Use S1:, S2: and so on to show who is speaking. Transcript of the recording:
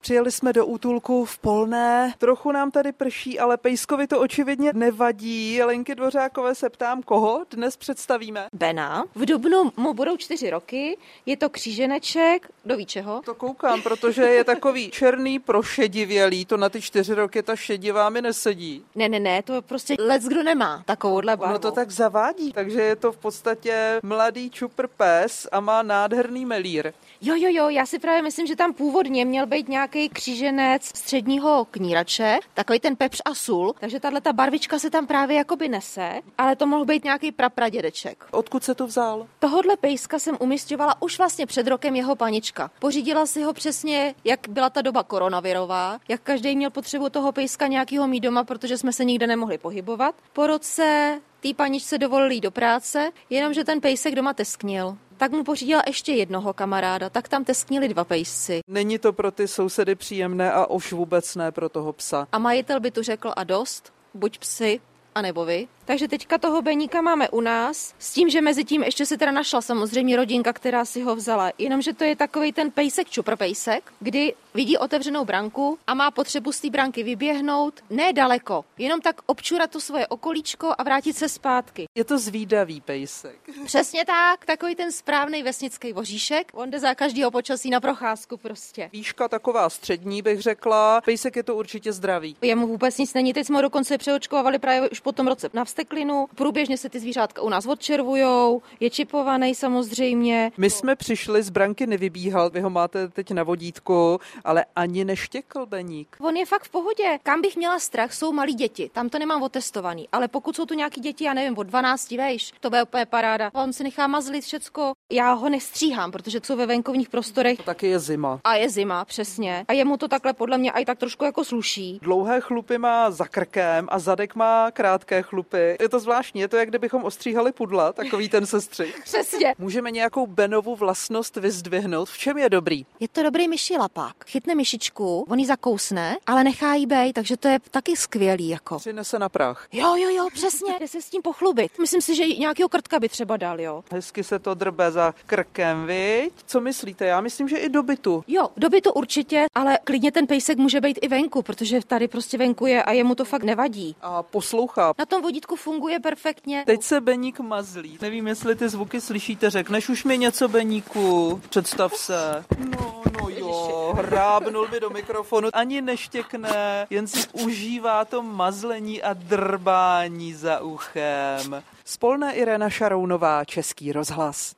S1: Přijeli jsme do útulku v Polné. Trochu nám tady prší, ale Pejskovi to očividně nevadí. Lenky Dvořákové se ptám, koho dnes představíme.
S2: Bena. V dubnu mu budou čtyři roky, je to kříženeček, do ví čeho?
S1: To koukám, protože je takový černý prošedivělý. To na ty čtyři roky ta šedivá mi nesedí.
S2: Ne, ne, ne, to prostě lec, kdo nemá takovouhle barvu.
S1: Ono to tak zavádí, takže je to v podstatě mladý čupr pes a má nádherný melír.
S2: Jo, jo, jo, já si právě myslím, že tam původně měl být nějaký kříženec středního knírače, takový ten pepř a sůl, takže tahle ta barvička se tam právě jakoby nese, ale to mohl být nějaký prapradědeček.
S1: Odkud se to vzal?
S2: Tohodle pejska jsem umistěvala už vlastně před rokem jeho panička. Pořídila si ho přesně, jak byla ta doba koronavirová, jak každý měl potřebu toho pejska nějakého mít doma, protože jsme se nikde nemohli pohybovat. Po roce té paničce dovolili jít do práce, jenomže ten pejsek doma tesknil. Tak mu pořídila ještě jednoho kamaráda, tak tam tesknili dva pejsci.
S1: Není to pro ty sousedy příjemné a už vůbec ne pro toho psa.
S2: A majitel by tu řekl a dost, buď psy, anebo vy. Takže teďka toho Beníka máme u nás, s tím, že mezi tím ještě se teda našla samozřejmě rodinka, která si ho vzala. Jenomže to je takový ten pejsek, čupr pejsek, kdy vidí otevřenou branku a má potřebu z té branky vyběhnout, ne daleko, jenom tak občurat to svoje okolíčko a vrátit se zpátky.
S1: Je to zvídavý pejsek.
S2: Přesně tak, takový ten správný vesnický voříšek, on jde za každého počasí na procházku prostě.
S1: Výška taková střední, bych řekla. Pejsek je to určitě zdravý.
S2: Jemu vůbec nic není, teď jsme ho dokonce přeočkovali právě už po tom roce na vsteklinu. Průběžně se ty zvířátka u nás odčervujou, je čipovaný samozřejmě.
S1: My jsme přišli, z branky nevybíhal, vy ho máte teď na vodítku, ale ani neštěkl Beník.
S2: On je fakt v pohodě. Kam bych měla strach, jsou malí děti. Tam to nemám otestovaný, ale pokud jsou tu nějaký děti, já nevím, od 12, vejš, to bude úplně paráda. On se nechá mazlit všecko. Já ho nestříhám, protože jsou ve venkovních prostorech.
S1: To taky je zima.
S2: A je zima, přesně. A jemu to takhle podle mě i tak trošku jako sluší.
S1: Dlouhé chlupy má za krkem a zadek má krátké chlupy. Je to zvláštní, je to jak kdybychom ostříhali pudla, takový ten sestřih.
S2: Přesně.
S1: Můžeme nějakou Benovu vlastnost vyzdvihnout. V čem je dobrý?
S2: Je to dobrý myší lapák. Chytne myšičku, on ji zakousne, ale nechá ji bej, takže to je taky skvělý jako.
S1: Přinese na prach.
S2: Jo, jo, jo, přesně, jde se s tím pochlubit. Myslím si, že nějakého krtka by třeba dal, jo.
S1: Hezky se to drbe za krkem, viď? Co myslíte? Já myslím, že i do bytu.
S2: Jo, doby to určitě, ale klidně ten pejsek může být i venku, protože tady prostě venku je a jemu to fakt nevadí.
S1: A poslouchá.
S2: Na tom vodítku funguje perfektně.
S1: Teď se Beník mazlí. Nevím, jestli ty zvuky slyšíte. Řekneš už mi něco, Beníku? Představ se. No, no jo, hrábnul by do mikrofonu. Ani neštěkne, jen si užívá to mazlení a drbání za uchem. Spolné Irena Šarounová, Český rozhlas.